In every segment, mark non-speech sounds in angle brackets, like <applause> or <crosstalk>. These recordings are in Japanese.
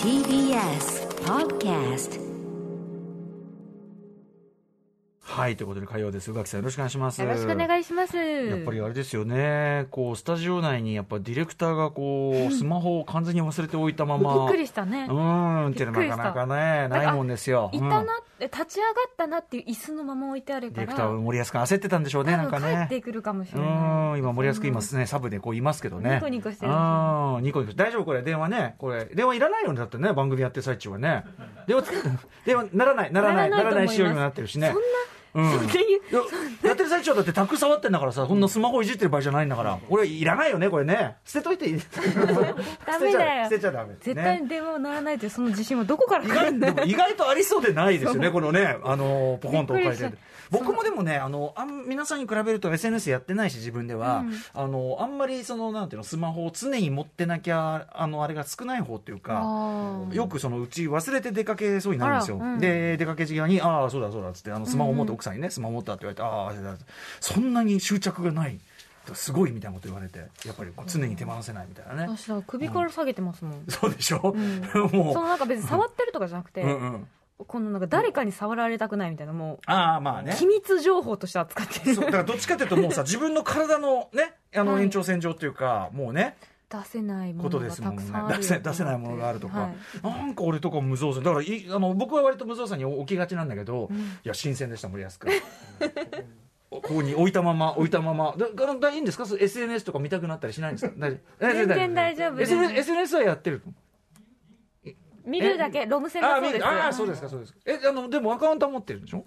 TBS Podcast はい、ということで、火曜です。宇垣さん、よろしくお願いします。よろしくお願いします。やっぱりあれですよね、こう、スタジオ内に、やっぱディレクターが、こう、スマホを完全に忘れておいたまま。びっくりしたね。うーん、っていうのはびっくりなしたかなかね、ないもんですよ。いたう、なん立ち上がったなっていう椅子のまま置いてあるディかレら、クター、森保君焦ってたんでしょうね、なん多か分帰ね。ってくるかもしうれない。ーん今、森保君、今ですね、サブでこういますけどね。ニコニコしてるんですよあーニコニコして大丈夫これ、電話ね。これ、電話いらないようにだってね、番組やってる最中はね。電話つけ、電話ならない、ならない、ななららなないいと思います仕様にもなってるしね。そんな、うんそんな言ういややってる最中はだってタック触ってんだからさ、そんなスマホいじってる場合じゃないんだから、これいらないよね、これね。捨てといていい。 <laughs> ダメだよ捨てちゃダメ。絶対に電話を鳴らないというその自信はどこから意来る外んでだも意外とありそうでないですよね、このね、あのポコンと置かれてびるっくりし僕もでもねあのあん、皆さんに比べると SNS やってないし、自分では、あのあんまりそのなんていうのスマホを常に持ってなきゃ、あのあれが少ない方っていうか、あーよくそのうち忘れて出かけそうになるんですよ、あらうんで出かけ時間に、ああ、そうだそうだっつって、あのスマホ持って、奥さんにね、スマホ持ったって言われて、ああ、そうだそんなに執着がない、すごいみたいなこと言われて、やっぱりこう常に手放せないみたいなね、私だから首から下げてますもん。そうでしょ、んもうそのなんか別に触ってるとかじゃなくて、うんうん、このなんか誰かに触られたくないみたいな、もああ、まあう、ね。機密情報として扱ってるそうだからどっちかというともうさ自分の体のねあのはい延長線上というか、もうね出せないもこのとでがすもたんくねさんある出せ出せないものがあるとか、はいなんか俺とか無造作だからいあの僕は割と無造作に置きがちなんだけど、いや新鮮でした森保君 <laughs> ここに置いたまま置いたままだだだいいんですかそれ SNS とか見たくなったりしないんですか大丈夫全然大丈夫です SNS, SNS はやってる見るだけ、ロム線ああだそう見です。ああそうですかそうですかえあのでもアカウントは持ってるんでしょ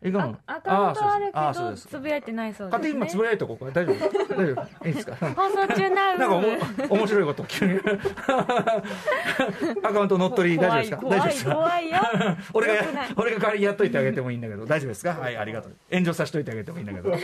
アカあアカウントはあるあそうけど、ですつぶやいてないそうです、勝ね。手に今つぶやいとこうこれ大丈夫大丈夫いいですか放送中ななんかおもう面白いこと急に <laughs> アカウント乗っ取り大丈夫怖でいすか大丈夫です怖いか怖いよ俺がや良くない俺が代わりにやっといてあげてもいいんだけど大丈夫ですかはいありがとう炎上させといてあげてもいいんだけ <laughs> ど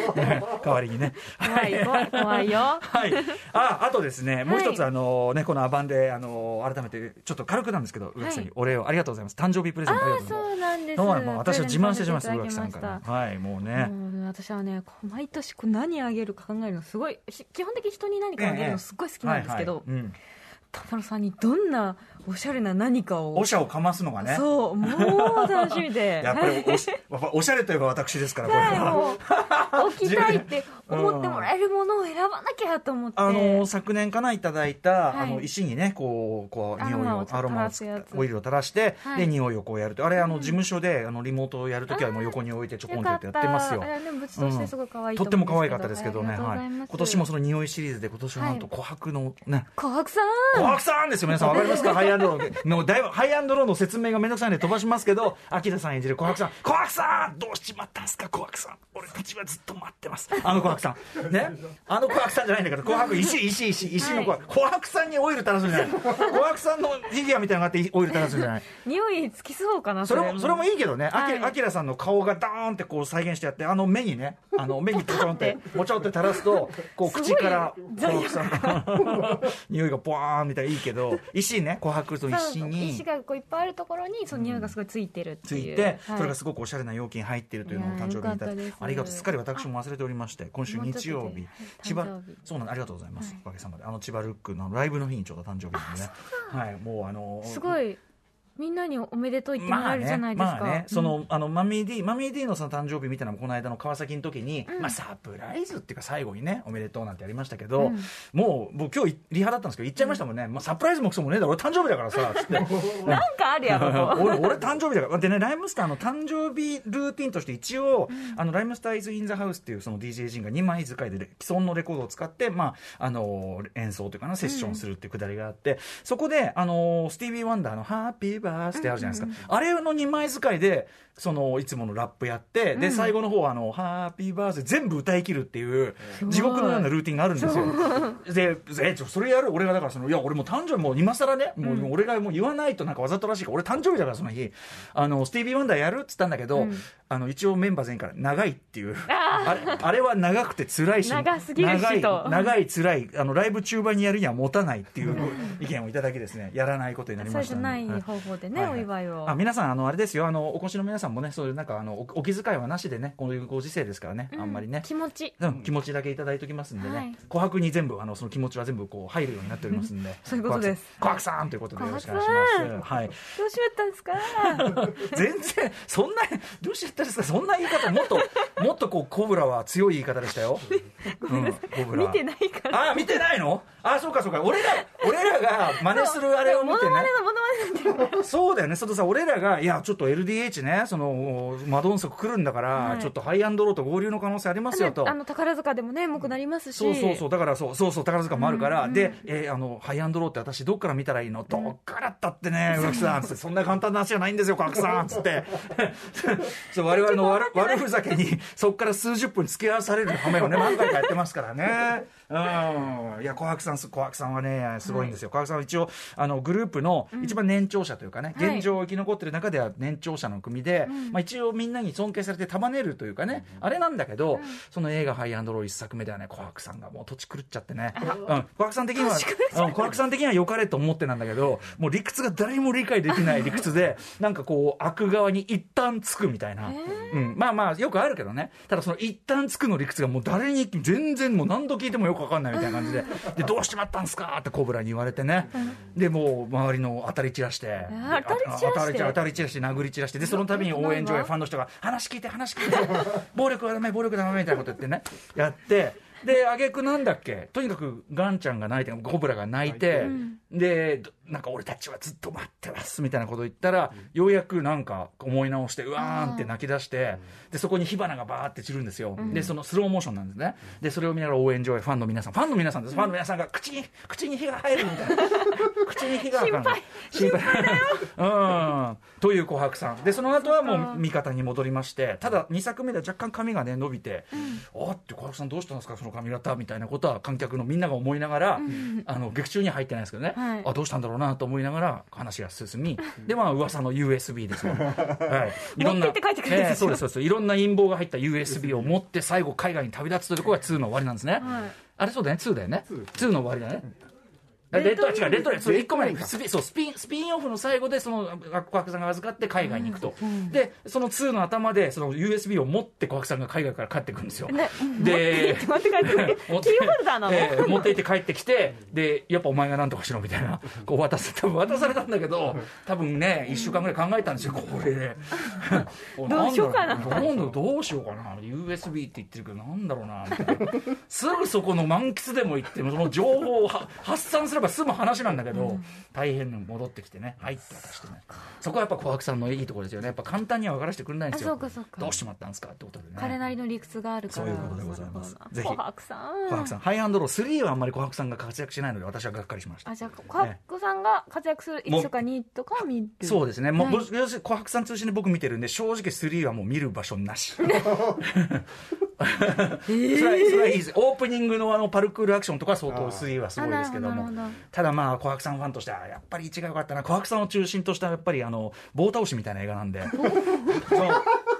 代わりにね怖い怖い怖いよはい、ああとですね、もう一つ、はいあのね、このアバンで、あの改めて、ちょっと軽くなんですけど、宇垣さんにお礼をありがとうございます、誕生日プレゼントありがとうございます。そうなんですどうももう私は自慢してしまいます、プ宇レゼン垣トさんさせからていただき。まはい、もうしたね。もうね私はねこう毎年こう何あげるか考えるのすごいし基本的に人に何かあげるのすっごい好きなんですけどはいはいうん田丸さんにどんなおしゃれな何かをおしゃをかますのがね。そうもう楽しみで <laughs> やっぱりおし、やっぱおしゃれといえば私ですから、これはいは。もう置きたいって思ってもらえるものを選ばなきゃと思ってあの昨年かないただいた、はいあの石にねこうこうア匂ロいマををアロマをつ垂らすやつオイルを垂らして、はいで匂いをこうやるとあれあの事務所であのリモートをやるときはもう横に置いてちょこんとやってやってますよかったあれね仏像してすごい可愛いとっても可愛かった思うんですけどあね、りがとうごはざい、いま今す年もその匂いシリーズで今年はなんとは琥珀のね琥珀さ琥ん珀さんですよ皆さんわかりますか <laughs> ハイアンドローのだいぶハイアンドローの説明がめんどくさいんで飛ばしますけど秋田さん演じ <laughs> る琥珀さん琥珀さんどうしちまったんすか琥珀さん俺たちはずっと待ってますあの琥珀さんねあの琥珀さんじゃないんだけど琥珀石石石石の琥珀、はい琥珀さんにオイル垂らすんじゃない琥珀さんのフィギュアみたいなのがあってオイル垂らすんじゃない匂いつきそうかなそれもそれもいいいけどね、あきはいあきらさんの顔がダーンってこう再現してやって、あの目にね、あの目にポチョンって、ポチョンって垂らすと、こうすごい口から、罪悪こうさ匂いがポワーンみたいないいけ <laughs> ど、石ね、琥珀と石に石。がこういっぱいあるところにその匂いがすごいついてるってついう、いて、はいそれがすごくおしゃれな容器に入っているというのをいや誕ー生日にいただよかったいでてすありがとうすっかり私も忘れておりまして今週もうちょっと日曜で日はい千葉誕生日そうなんですありがとうございます、おかげさまであの千葉ルックのライブの日にちょうど誕生日なんでねはいもうあのーすごいみんなにおめでとう言ってもらえるじゃないですか、まあね,、まあねそうんのあのマミー D マミー D のその誕生日みたいなのもこの間の川崎の時に、まあ、サプライズっていうか最後にねおめでとうなんてやりましたけど、うんもう僕今日リハだったんですけど行っちゃいましたもんね、まあ、サプライズもクソもねえだろ俺誕生日だからさ <laughs> つってなんかあるやろ <laughs> 俺俺誕生日だから <laughs> でねライムスターの誕生日ルーティンとして一応、あのライムスターイズ・イン・ザ・ハウスっていうその DJ 陣が2枚使いで既存のレコードを使って、まあ、あの演奏というかなセッションするっていうくだりがあって、そこであのスティービー・ワンダーの「ハッピーバース」ってあるじゃないですか、あれの2枚使いでそのいつものラップやってで最後の方はあの「ハッピーバース」全部歌い切るっていうごい地獄のようなルーティンがあるんですよ。でえちょそれやる俺がだからそのいや俺もう誕生日もう今更ねもうもう俺がもう言わないとなんかわざとらしいから俺誕生日だからその日あのスティービー・ワンダーやるっつったんだけど、あの一応メンバー全員から長いっていうあれあれは長くて辛いし長すぎるし長とい長い辛いあのライブ中盤にやるには持たないっていう意見をいただきですねやらないことになりまそうしじたゃんでない方法で <laughs> 方でね、はいはいお祝いをあ皆さん、あのあれですよ、あのお越しの皆さんもね、そういうなんかあのおお気遣いはなしでね、こういうご時世ですからね、うんあんまりね、気持ちでも気持ちだけいただいておきますんでね、はい琥珀に全部あのその気持ちは全部こう入るようになっておりますんで <laughs> そういうことです琥珀さん琥珀さんということでよろしくお願いします、はい、どうしよったんですか全然そんなどうしちゃったんですかそんな言い方もっ <laughs> ともっとこうコブラは強い言い方でしたよ、うんコブラ見てないからああ見てないのああそうかそうか俺ら俺らが真似するあれを見てモノマねネのモノマネなんてそうだよね佐藤さん俺らがいやちょっと LDH ねそのマドンソク来るんだから、はいちょっとハイアンドローと合流の可能性ありますよとあの宝塚でもね、重くなりますし。そうそうそう、だからそうそうそう、宝塚もあるから、うんで、えーあの、ハイアンドローって私、どっから見たらいいの、どっからだってね、浮気さん、つって、そんな簡単な話じゃないんですよ、賀来さん、つ <laughs> って、そう我々の悪悪ふざけに、そこから数十分付き合わされる羽目を <laughs> ね、何回かやってますからね。うん、いや、琥珀さん、す琥珀さんはね、すごいんですよ。琥珀さんは一応、あの、グループの一番年長者というかね、はい現状生き残ってる中では年長者の組で、まあ一応みんなに尊敬されて束ねるというかね、あれなんだけど、その映画ハイアンドロー一作目ではね、琥珀さんがもう土地狂っちゃってね、うん、琥珀さん的には、うん琥珀さん的には良かれと思ってなんだけど、もう理屈が誰にも理解できない理屈で、なんかこう、悪側に一旦つくみたいな。うん、まあまあ、よくあるけどね。ただその一旦つくの理屈がもう誰に、全然もう何度聞いてもよくわかんないみたいな感じで、で、どうしちまったんすかってコブラに言われてね。で、もう周りの当たり散らして、あ当たり散らあ当たしてり当たり散らして、殴り散らして、で、その度に応援上なんへかファンの人が、話聞いて、話 <laughs> 聞いて、暴力はダメ、暴力はダメみたいなこと言ってね、やって、で、挙句なんだっけ、とにかくガンちゃんが泣いて、コブラが泣いて、で、どなんか俺たちはずっと待ってますみたいなこと言ったら、ようやくなんか思い直して、うわーんって泣き出して、で、そこに火花がバーって散るんですよ。で、そのスローモーションなんですね。で、それを見ながら応援上へファンの皆さん、ファンの皆さんです。ファンの皆さんが口に、口に火が入るみた <laughs> いな。口に火が入る。心配、心配だよ。うん、という琥珀さんでその後はそっもかう味方に戻りましてただ2作目では若干髪がね伸びて「あっ」って琥珀さんどうしたんですかその髪型みたいなことは観客のみんなが思いながら、あの劇中には入ってないですけどね、はいあどうしたんだろうなと思いながら話が進みでまあ噂の USB ですよ、 <laughs> はい、いろんな持ってって書いてくるんですよええそうですそうですいろんな陰謀が入った USB を持って最後海外に旅立つというところが2の終わりなんですね、はいあれそうだよね2だよね2の終わりだよね、レレッッドドウィング違う、レッドウィングそれ1個目レッドウィングかスピンそうスピン、スピンオフの最後で、その、琥珀さんが預かって海外に行くと。で、その2の頭で、その USB を持って琥珀さんが海外から帰ってくるん <laughs> ですよ。ね、で、持って帰ってくる持っキてーホルダーなの、ええ持って行って帰ってきて、で、やっぱお前がなんとかしろみたいな、こう渡す、多分渡されたんだけど、多分ね、1週間ぐらい考えたんですよ、これ。 <laughs> どうしようかななんだろうどうしようかな、USB って言ってるけど、なんだろうな、みたいなすぐそこの満喫でも行って、その情報をは発散すれば済む話なんだけど、大変に戻ってきてね、はいって渡してね。そこはやっぱ琥珀さんのいいところですよね。やっぱ簡単には分からせてくれないんですよ。あそうかそうかどうしちまったんですかってことでね。彼なりの理屈があるからそういうことでございますぜひ琥珀さん琥珀さん、ハイアンドロー3はあんまり琥珀さんが活躍しないので、私はがっかりしました。あじゃあ琥珀さんが活躍する1とか2とかを見るそうですね、もう、はいもし要するに琥珀さん通信で僕見てるんで、正直3はもう見る場所な <laughs> し、それはそれはいいです、オープニングのあのパルクールアクションとかは相当3はすごいですけどあなるほどなもるほど、ただまあ、琥珀さんファンとしては、やっぱり1が良かったな、琥珀さんを中心としたやっぱりあの棒倒しみたいな映画なん <laughs> で。その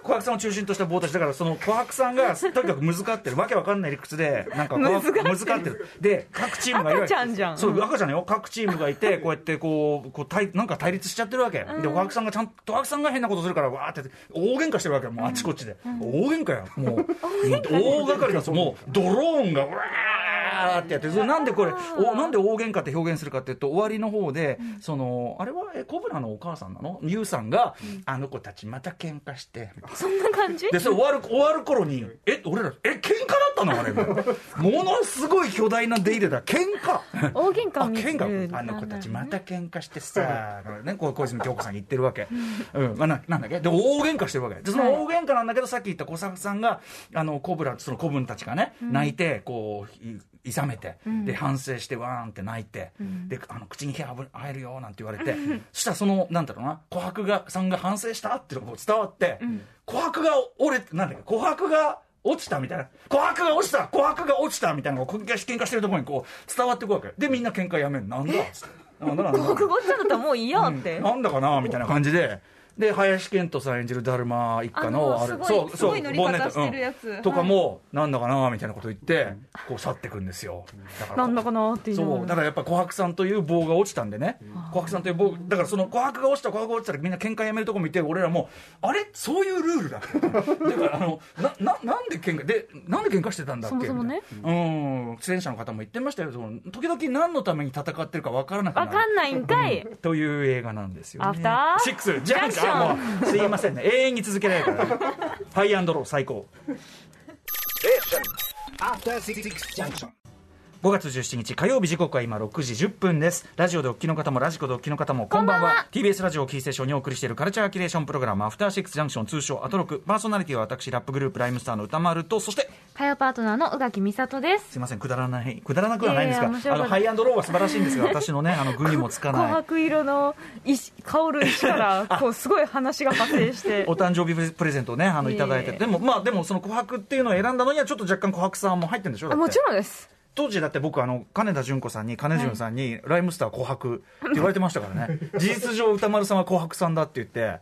琥珀さんを中心とした棒たちだからその琥珀さんがとにかく難かってるわけわかんない理屈でなんか難かってるで各チームがいわゆる赤ちゃんじゃんそう赤ちゃんよ各チームがい <laughs> てこうやってこうこう対なんか対立しちゃってるわけ、で琥珀さんがちゃんと琥珀さんが変なことするからわーってやって大喧嘩してるわけよもうあっちこっちで、大喧嘩やもうもう大掛かりだぞもうドローンがうわーってやってそれなんでこれおなんで大喧嘩って表現するかっていうと終わりの方で、そのあれはえコブラのお母さんなのユウさんが、あの子たちまた喧嘩 <laughs> してそんな感じでそれ終わる終わる頃に「え俺らえ喧嘩だったのあれ」みたいなものすごい巨大な出入れだ喧嘩大喧嘩あを見喧る嘩あの子たちまた喧嘩してさ、ね、こう小泉京子さんが言ってるわけ、うんまあ、ななんだっけで大喧嘩してるわけでその大喧嘩なんだけどさっき言った小坂さんがあのコブラその子分たちがね、泣いてこういいさめて、で反省してわーんって泣いて、であの口に火あぶ入るよなんて言われて、そしたらそのなんだろうな琥珀がさんが反省したっていうのがこう伝わって、琥珀が折れてなんだっけ琥珀が落ちたみたいな琥珀が落ちた琥珀が落ちたみたいなのがこう喧嘩してるところにこう伝わってくわけでみんな喧嘩やめるなんだっつってなんだなんだ琥珀ごっちゃだったらもういいよって、なんだかなみたいな感じで。で林遣都さん演じるだるま一家のあのれすごいそうすそうごい乗り方ボンネットしてるやつうんはいとかもなんだかなみたいなこと言ってこう去ってくんですよだからなんだかなっていうそうだからやっぱ琥珀さんという棒が落ちたんでね、琥珀さんという僕だからその琥珀が落ちた琥珀が落ちたらみんな喧嘩やめるとこ見て俺らもあれそういうルールだっけだからあのなななんで喧嘩でなんで喧嘩してたんだっけそもそもねみたいなうん出演者の方も言ってましたよその時々何のために戦ってるか分からなくなわるかんないんかいという映画なんですよ、ね。アフターシックスジャンクション。もうすいませんね。永遠に続けないから、ね。ファイアンドロー最高。 After Six Junction. 5月17日火曜日時刻は今6時10分ですラジオでお聞きの方もラジコでお聞きの方もこんばんは TBS ラジオをキーステーションにお送りしているカルチャーキュレーションプログラム「アフターシックスジャンクション」通称アトロクパーソナリティは私ラップグループライムスターの歌丸とそして火曜パートナーの宇垣美里ですすいませんくだらないくだらなくはないんですがいやいや面白あかのったハイアンドローは素晴らしいんですが私のねあの具にもつか琥ない珀色の石香る石から <laughs> こうすごい話が派生して <laughs> お誕生日プレゼントをねあのいただいて、ええでもまあでもその琥珀っていうのを選んだのにはちょっと若干琥珀さんも入ってるんでしょだあってもちろんです当時だって僕あの金田純子さんに金純さんに「ライムスター琥珀」って言われてましたから <laughs> ね事実上歌丸さんは琥珀さんだって言って、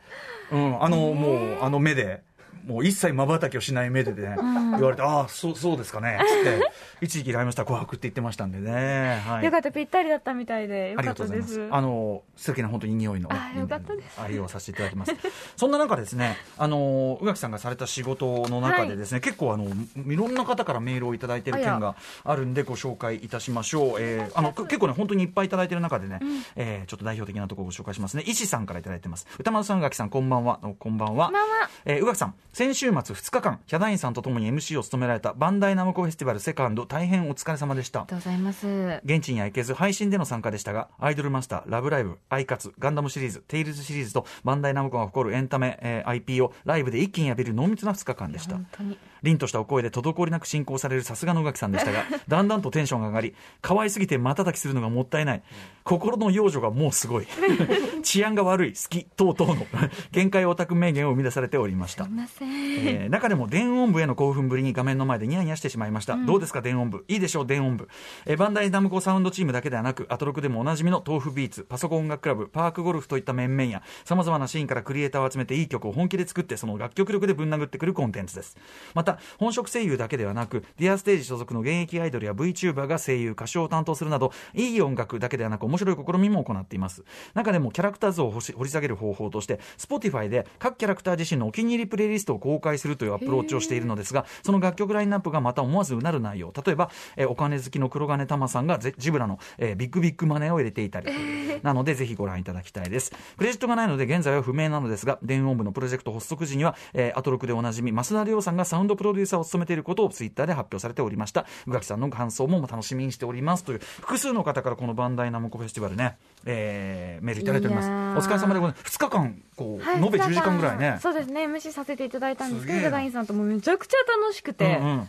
うん、あのもうあの目で。もう一切まばたきをしない目でね、言われて、ああ、そうそうですかね、つって、一時期、ライムスター琥珀って言ってましたんでね、はい、よかったぴったりだったみたいでよありかがっとたうございでますす。あの素敵な本当に匂いのあよかったですありをさせていただきます。 <laughs> そんな中ですね、あの宇垣さんがされた仕事の中でですね、結構あのいろんな方からメールをいただいてる件があるんでご紹介いたしましょう。えーあの結構ね本当にいっぱいいただいてる中でね、えーちょっと代表的なところをご紹介しますね。石さんからいただいてます。歌丸さん宇垣さんこんばんは。おこんばんは。んばんはえー宇垣さん先週末2日間ヒャダインさんとともに MC を務められたバンダイナムコフェスティバルセカンド大変お疲れ様でしたありがと。うございます現地には行けず配信での参加でしたがアイドルマスターラブライブアイカツガンダムシリーズテイルズシリーズとバンダイナムコが誇るエンタメ、えー IP をライブで一気に浴びる濃密な2日間でした本当にすいませんえー中でも電音部への興奮ぶりに画面の前でニヤニヤしてしまいました、どうですか電音部いいでしょう電音部、えーバンダイナムコサウンドチームだけではなくアトロクでもおなじみの豆腐ビーツパソコン音楽クラブパークゴルフといった面々やさまざまなシーンからクリエイターを集めていい曲を本気で作ってその楽曲力でぶん殴ってくるコンテンツですまた本職声優だけではなくディアステージ所属の現役アイドルや VTuber が声優歌唱を担当するなどいい音楽だけではなく面白い試みも行っています中でもキャラクター像を掘し掘り下げる方法として Spotify で各キャラクター自身のお気に入りプレイリストを公開するというアプローチをしているのですがその楽曲ラインナップがまた思わずうなる内容例えば、えーお金好きの黒金玉さんがゼジブラの、えービッグビッグマネーを入れていたりなのでぜひご覧いただきたいですクレジットがないので現在は不明なのですが電音部のプロジェクト発足時には、えーアトロクでおなじみ増田亮さんがサウンドプロデューサーを務めていることをツイッターで発表されておりました宇垣さんの感想も楽しみにしておりますという複数の方からこのバンダイナムコフェスティバルね、えーメールいただいておりますいやーお疲れ様でございます2日間こう、はい延べ10時間ぐらいねそうですね MC させていただいたんですけすどげえなヒャダインさんともめちゃくちゃ楽しくて、うんうん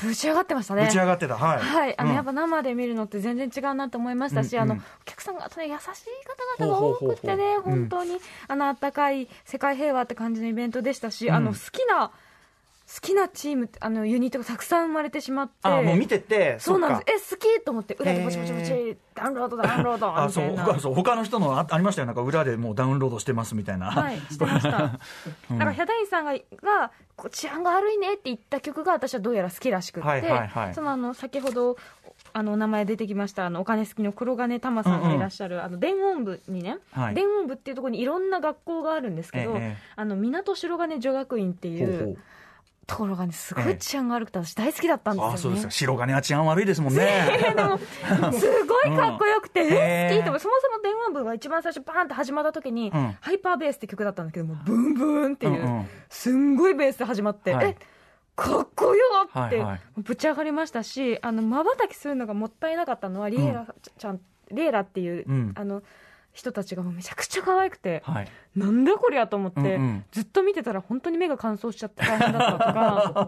ぶち上がってましたねぶち上がってたはい、はい、あの、うんやっぱ生で見るのって全然違うなと思いましたし、うんうんあのお客さんがあとね優しい方々が多くてほねうほうほうほう本当に、あの温かい世界平和って感じのイベントでしたし、あのうん好きな好きなチームあのユニットがたくさん生まれてしまってあもう見ててそうなんっかですえ好きと思って裏でぼちぼちぼへちダウンロードダウンロードみたいな <laughs> あそう他そう他の人のあありましたよなんか裏でもうダウンロードしてますみたいな、はい、してま <laughs> した。だから、ヒャダインさんが、が、こう治安が悪いねって言った曲が、私はどうやら好きらしくって、はいはいはいその、あの、先ほど、あの、お名前出てきました、あの、お金好きの黒金玉さんがいらっしゃる、あの、電音部にね、はい電音部っていうところにいろんな学校があるんですけど、ええあの、港白金女学院っていほううところがね、すごい治安が悪くて、私大好きだったんほうあですそうよですねか。白金は治安悪いですもんねで <laughs> もすごいかっこよくて、うんえへー好きと思うそもそも電音部が一番最初バーンって始まった時に、うんハイパーベースって曲だったんだけどもうブンブンっていう、うんうんすんごいベースで始まって、はいえかっこよって、はいはいぶち上がりましたしあの瞬きするのがもったいなかったのはリエラちゃん、リエラっていう、うんあの人たちがもうめちゃくちゃ可愛くて、はいなんだこりゃと思って、うんうんずっと見てたら本当に目が乾燥しちゃって大変だったと <laughs> か。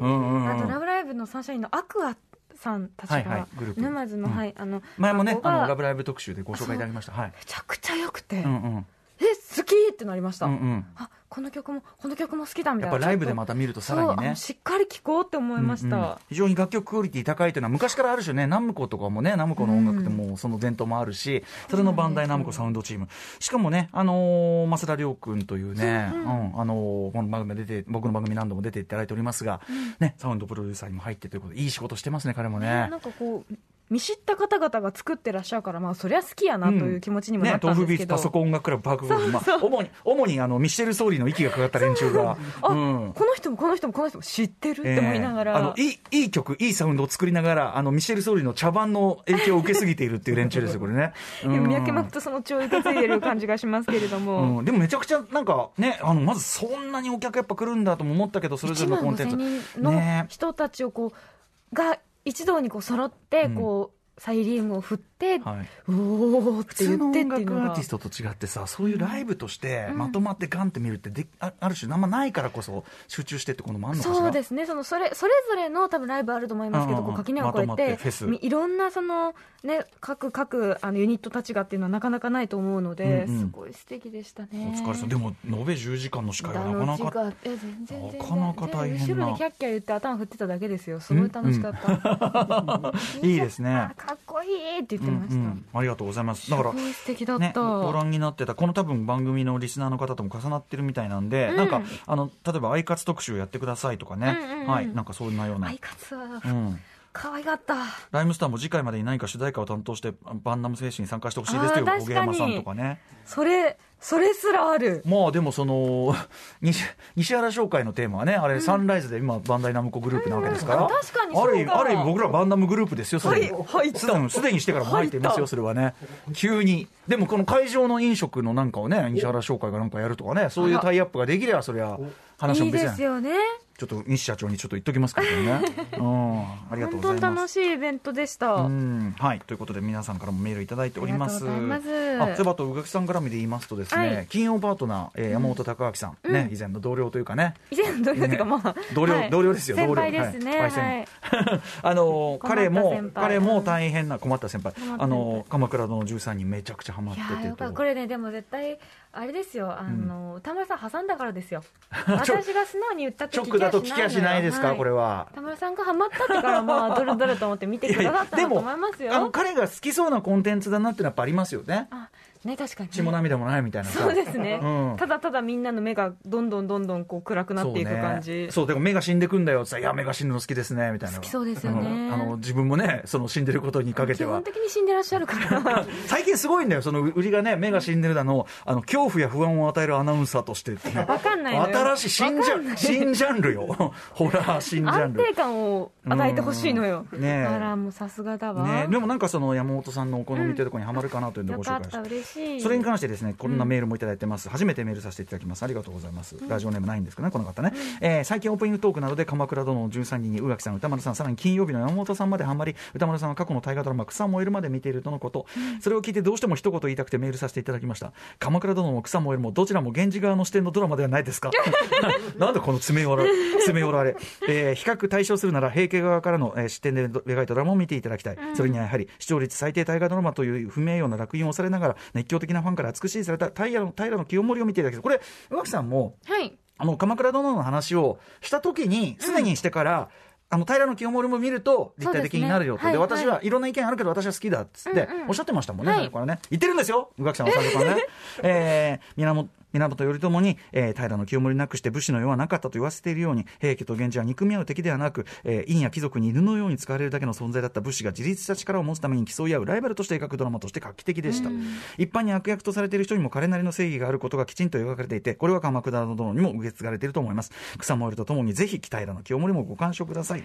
うんうんあうと「んラブライブ!」のサンシャインのアクアさんたちが、はいはいグループ沼津の、うんはいあの前もね学校あがのラブライブ特集でご紹介いただきましたはいめちゃくちゃ良くて、うんうんえ好きってなりました、うんうんあこの曲もこの曲も好きだみたやいっなぱライブでまたた見るとさらにねしっかり聴こうって思いました、うんうん非常に楽曲クオリティ高いというのは昔からある種ねナムコとかもねナムコの音楽ってもうその伝統もあるし、それのバンダイナムコサウンドチームしかもねあのー増田亮君というね、うんあのーこの番組出て僕の番組何度も出ていただいておりますが、ねサウンドプロデューサーにも入ってということでいい仕事してますね彼もねなんかこう見知った方々が作ってらっしゃるから、まあ、そりゃ好きやなという気持ちにもなねっ、た豆ん腐ビですーけツど、パソコン音楽クラブパークゴルフ、まあ、主に主にあのミシェル総理の息がかかった連中が。あ、うんこの人もこの人もこの人も知ってるって思いながら、えーあのいいいい曲いいサウンドを作りながらあのミシェル・ソーリの茶番の影響を受けすぎているっていう連中ですよこれ <laughs> ね、うでもん三宅幕とその血を受け継いでる感じがしますけれども、うん、でもめちゃくちゃなんかねあのまずそんなにお客やっぱ来るんだとも思ったけどそれぞ1れの万コンテンツ5000人のね人たちをこうが一堂にこう揃ってうんこう、サイリウムを振って、はい、うおーっ普て通の言って音っていう楽のアーがティストと違ってさそういうライブとしてうんまとまってガンって見るってであある種あんまないからこそ集中してってこともあるのかしらそうですねそのそれそれぞれの多分ライブあると思いますけど、うんうんうこんう垣根を越まとまっえてフェてスみいろんなその、ね、各各あのユニットたちがっていうのはなかなかないと思うので、うんうんすごい素敵でしたね。お疲れ様でも延べ10時間の司会はなかなかかえ全然全然なかなか大変な全然後ろでキャッキャ言って頭振ってただけですよすごい楽しかった、 <laughs> いいですねあかっこいいって言ってました、うんうんありがとうございますだからすごい素敵だった、ね、ご覧になってたこの多分番組のリスナーの方とも重なってるみたいなんで、うんなんかあの例えば「アイカツ特集やってください」とかね、うんうんうんはいなんかそんなようなアイ。カツはうん、可愛かった、ライムスターも次回までに何か主題歌を担当してバンナム精神に参加してほしいですというあー小山さんとかねそれそれすらあるまあでもその <laughs> 西西原商会のテーマはねあれサンライズで今バンダイナムコグループなわけですから、うん確かにそうあだる意味ある意味僕らバンダムグループですよそれはい入ったすでにすでにしてからも入っています入よったそれはね急にでもこの会場の飲食のなんかをね西原商会がなんかやるとかねそういうタイアップができればそりゃ話いもい別じでゃないすよねちょっと西社長にちょっと言っときますけど <laughs> ねうんありがとう本ご当ざにいま楽すしいイベントでした、うんはい、ということで皆さんからもメールいただいております。ありがとうございまあすそういえばあと宇垣さん絡みで言いますとですね、はい金曜パートナー、えー山本隆明さん、ね以前の同僚というかね、 <laughs> 以前の同僚というか、まあ、同僚、はい同僚ですよ。先輩同僚ですね、ははいい先あの困った彼も先輩彼も大変な困った先輩。困った先輩あの鎌倉殿の十三人めちゃくちゃハマっいてやてーよかったとこ。れねでも絶対あれですよあの、田村さん挟んだからで <laughs> すよ私が素直に言ったってショックだと聞きやしないですか、これはは。田村さんがハマったってからま <laughs> あドルドルと思って見てくださったいやいやでなとも思いますよあの彼が好きそうなコンテンツだなってのはやっぱありますよね。あね確かに血も涙もないみたいなさ。そうですね、うんただただみんなの目がどんどんどんどんこう暗くなっていく感そう,、じ、ね、そうでも目が死んでくんだよって言ったらいや目が死ぬの好きですねみたいな好きそうですよねんあの自分もねその死んでることにかけて基は本的に死んでらっしゃるから <laughs> 最近すごいんだよその売りがね目が死んでるだのあの恐怖や不安を与えるアナウンサーとしてってねわかんないのよ新しい新ジャン新ジャンルよ <laughs> ホラー新ジャン安ル定感を与えてほしいのよ、うんねえあらもうさすがだわ、ね、でもなんかその山本さんのお好みってところにはまるかなというのでよご紹かっ介してた、嬉しいそれに関してですね、こんなメールもいただいてます。初めてメールさせていただきます。ありがとうございます。ラジオネームないんですかね、この方ね。えー最近オープニングトークなどで鎌倉殿の13人に宇垣さん、歌丸さん、さらに金曜日の山本さんまでハマり、歌丸さんは過去の大河ドラマ草燃えるまで見ているとのこと。それを聞いてどうしても一言言いたくてメールさせていただきました。鎌倉殿も草燃えるもどちらも源氏側の視点のドラマではないです <laughs> かなんでこの詰め寄られ、詰め寄られ。えー比較対象するなら平家側からの、えー視点で描いたドラマを見ていただきたい。それにはやはり視聴率最低大河ドラマという不名誉な楽印をされながら熱狂的なファンから厚く支持された平の平の清盛を見ていただきたい。これ、上木さんも、はいあの、鎌倉殿の話をした時に、すでにしてから、あの平清盛も見ると立体的になるよと、そうでですねは私いはいろんな意見あるけど私は好きだっつってうんうんおっしゃってましたもんね、はい最初からね言ってるんですよ宇垣さんは最初から <laughs> ね、えー源源頼朝に、えー平清盛なくして武士の世はなかったと言わせているように平家と源氏は憎み合う敵ではなく、えー、院や貴族に犬のように使われるだけの存在だった武士が自立した力を持つために競い合うライバルとして描くドラマとして画期的でした、一般に悪役とされている人にも彼なりの正義があることがきちんと描かれていてこれは鎌倉殿にも受け継がれていると思います草燃えるとともにぜひ北平清盛もご鑑賞くだ <laughs> さいい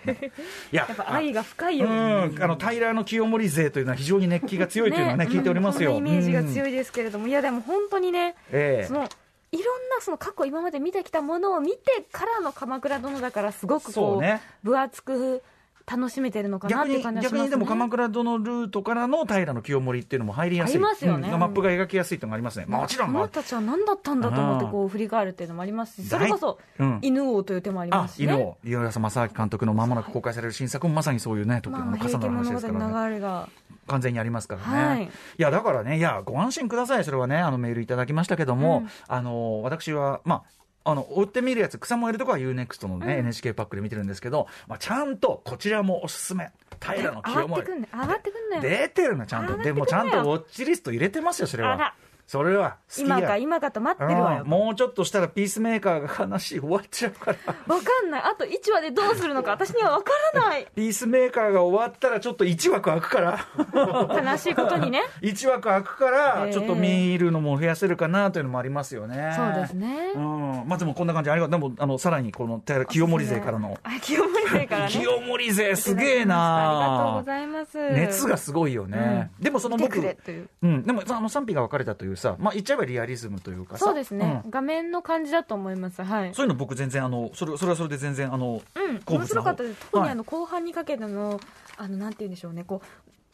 ややっぱ愛が深いよ、うん、あの平の清盛勢というのは非常に熱気が強いというのはね、聞いておりますよ。うんそんなイメージが強い。いですけれども、いやでも本当にね、えそのいろんなその過去今まで見てきたものを見てからの鎌倉殿だからすごくそこううね分厚く楽しめてるのえかな逆っていうに感じがし逆ますね。にでも鎌倉殿ルートからの平の清盛っていうのも入りやすいありますよねうんマップが描きやすいというのがありますね、もちろん、こまのあ人たちは何だったんだと思ってこう振り返るっていうのもありますし、それこそ大うん犬王という手もありまあすし犬ね。を岩浅正明監督のまもなく公開される新作もまさにそういうね、特にあのまあ、平重な家る話で物語すからね。の流れが、完全にありますからね、、はいいやだからねいやご安心くださいそれはねあのメールいただきましたけども、あの私はまああの追って見るやつ草燃えるとこは UNEXT のね、NHK パックで見てるんですけど、まあ、ちゃんとこちらもおすすめ平野上清がっ盛てくんね、上がってくんね。出てるのちゃんと上がってでくんだよもちゃんとウォッチリスト入れてますよそれあはらそれは好きや今か今かと待ってるわようんもうちょっとしたらピースメーカーが悲しい終わっちゃうからわかんないあと1話でどうするのか私にはわからないピースメーカーが終わったらちょっと1枠空くから悲しいことにね1枠空くからええちょっと見るのも増やせるかなというのもありますよねそうですねうんまあでもこんな感じありがとうでもあのさらにこの寺清盛勢からのあ清盛勢からね清盛勢すげえなありがとうございます熱がすごいよね、でもその見て僕くれといううん、でもあの賛否が分かれたというさ、まあ、言っちゃえばリアリズムというかさそうですね、うん画面の感じだと思いますはいそういうの僕全然あのそれそれはそれで全然あの、うん、好物な方面白かったです特はにいあの後半にかけての、あのなんて言うんでしょうねこ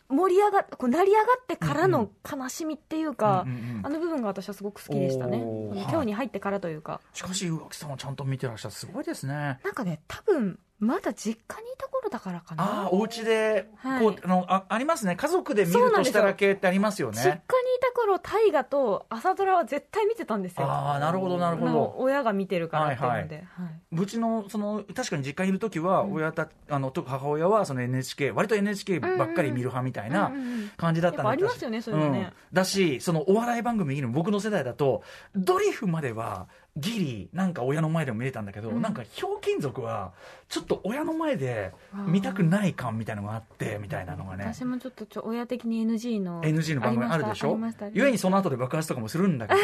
う盛り上がこう成り上がってからの悲しみっていうか、うんうんうんあの部分が私はすごく好きでしたねおーあのはい今日に入ってからというか、しかし宇垣さんはちゃんと見てらっしゃるすごいですねなんかね多分まだ実家にいた頃だからかなああお家でこう、はいあのあありますね家族で見そうるなとんでしすよたら系ってありますよ実家にいねた頃大河と朝ドラは絶対見てたんですよああなるほどなるほまあど親が見てるからっていうので、ははいうちのその確かに実家にいる時は親た、あのと母親はその NHK 割と NHK ばっかり見る派みたいなうんうんうん感じだったんだやっぱありますよねそういうのねだしそのお笑い番組見るの僕の世代だとドリフまではギリなんか親の前でも見れたんだけど、なんかひょうきん族はちょっと親の前で見たくない感みたいなのがあってみたいなのがね私もちょっとちょ親的に NG の NG の番組あるでしあょりましたありましたゆえにその後で爆発とかもするんだけ <laughs> どい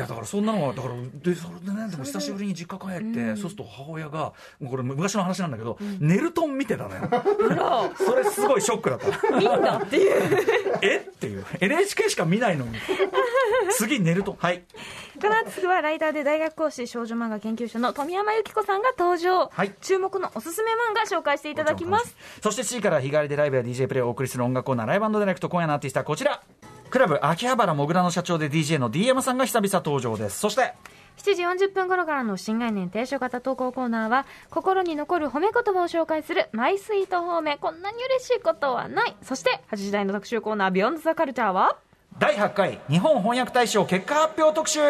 やだからそんなのはだからでそれでねでも久しぶりに実家帰ってそうすると母親がもうこれ昔の話なんだけど、ネルトン見てたのよそれすごいショックだった <laughs> いいんだっていうえっていう NHK しか見ないの <laughs> に次寝るとはいこの後すぐはライターで大学講師少女漫画研究所の富山由紀子さんが登場、はい注目のおすすめ漫画紹介していただきますそして C から日替わりでライブや DJ プレイをお送りする音楽コーナーライブディレクト今夜のアーティストはこちらクラブ秋葉原もぐらの社長で DJ の D 山さんが久々登場ですそして7時40分頃からの新概念提唱型投稿コーナーは心に残る褒め言葉を紹介するマイスイート褒めこんなに嬉しいことはないそして8時台の特集コーナービヨンドザカルチャーは第8回日本翻訳大賞結果発表特集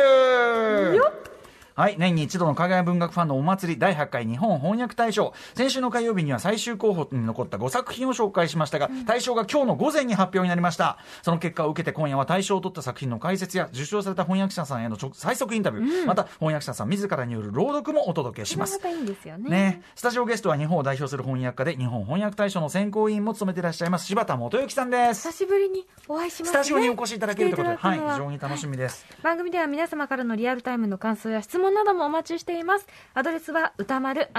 はい年に一度の海外文学ファンのお祭り第8回日本翻訳大賞先週の火曜日には最終候補に残った5作品を紹介しましたが、大賞が今日の午前に発表になりましたその結果を受けて今夜は大賞を取った作品の解説や受賞された翻訳者さんへの直最速インタビュー、また翻訳者さん自らによる朗読もお届けしますかいいんですよねね、スタジオゲストは日本を代表する翻訳家で日本翻訳大賞の選考委員も務めていらっしゃいます柴田元之さんです久しぶりにお会いします、ね、スタジオにお越しいただけるということで、来ていはい、ただくの非常に楽しみです。番組では皆様からのリアルタイムの感想や質問などもお待ちしています。アドレスは歌丸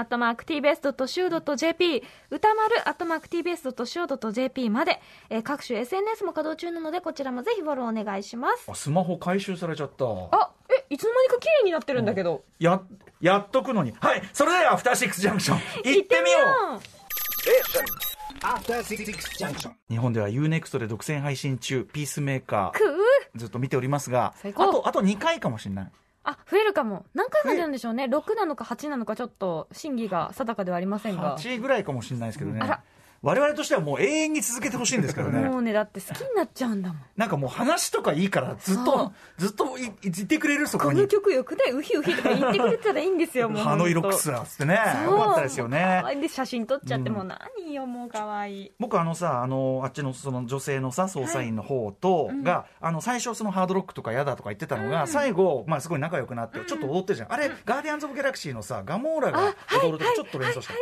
@tbs.show.jp 歌丸 @tbs.show.jp まで、えー各種 SNS も稼働中なのでこちらもぜひフォローお願いします。あスマホ回収されちゃった。あ、え、いつの間にか綺麗になってるんだけど。や、やっとくのに。はい、それではアフターシックスジャンクション、行ってみようう After Six Junction. 日本では UNEXT で独占配信中、ピースメーカくー、うずっと見ておりますが、あ最高と、あと2回かもしれない。あ、増えるかも。何回までなんでしょうね。6なのか8なのかちょっと審議が定かではありませんが。 8ぐらいかもしれないですけどねあら。我々としてはもう永遠に続けてほしいんですからもね。うね、だって好きになっちゃうんだもん。なんかもう話とかいいから、ずっそとう、ずっといいいてくれるそここにの。曲よくないウヒウヒとか言ってくれたらいいんですよ、もう。ハノイロックスだっつってね。よそうかったですよね。可愛いで写真撮っちゃって、もう何よ、もう可愛い。僕あのさあのあっちのその女性のさ捜査員の方と、が、あの最初そのハードロックとか嫌だとか言ってたのが、最後まあすごい仲良くなって、ちょっと踊ってるじゃんあれ、ガーディアンズ・オブ・ギャラクシーのさガモーラが踊るとこちょっと連想した、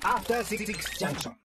After Six Junction.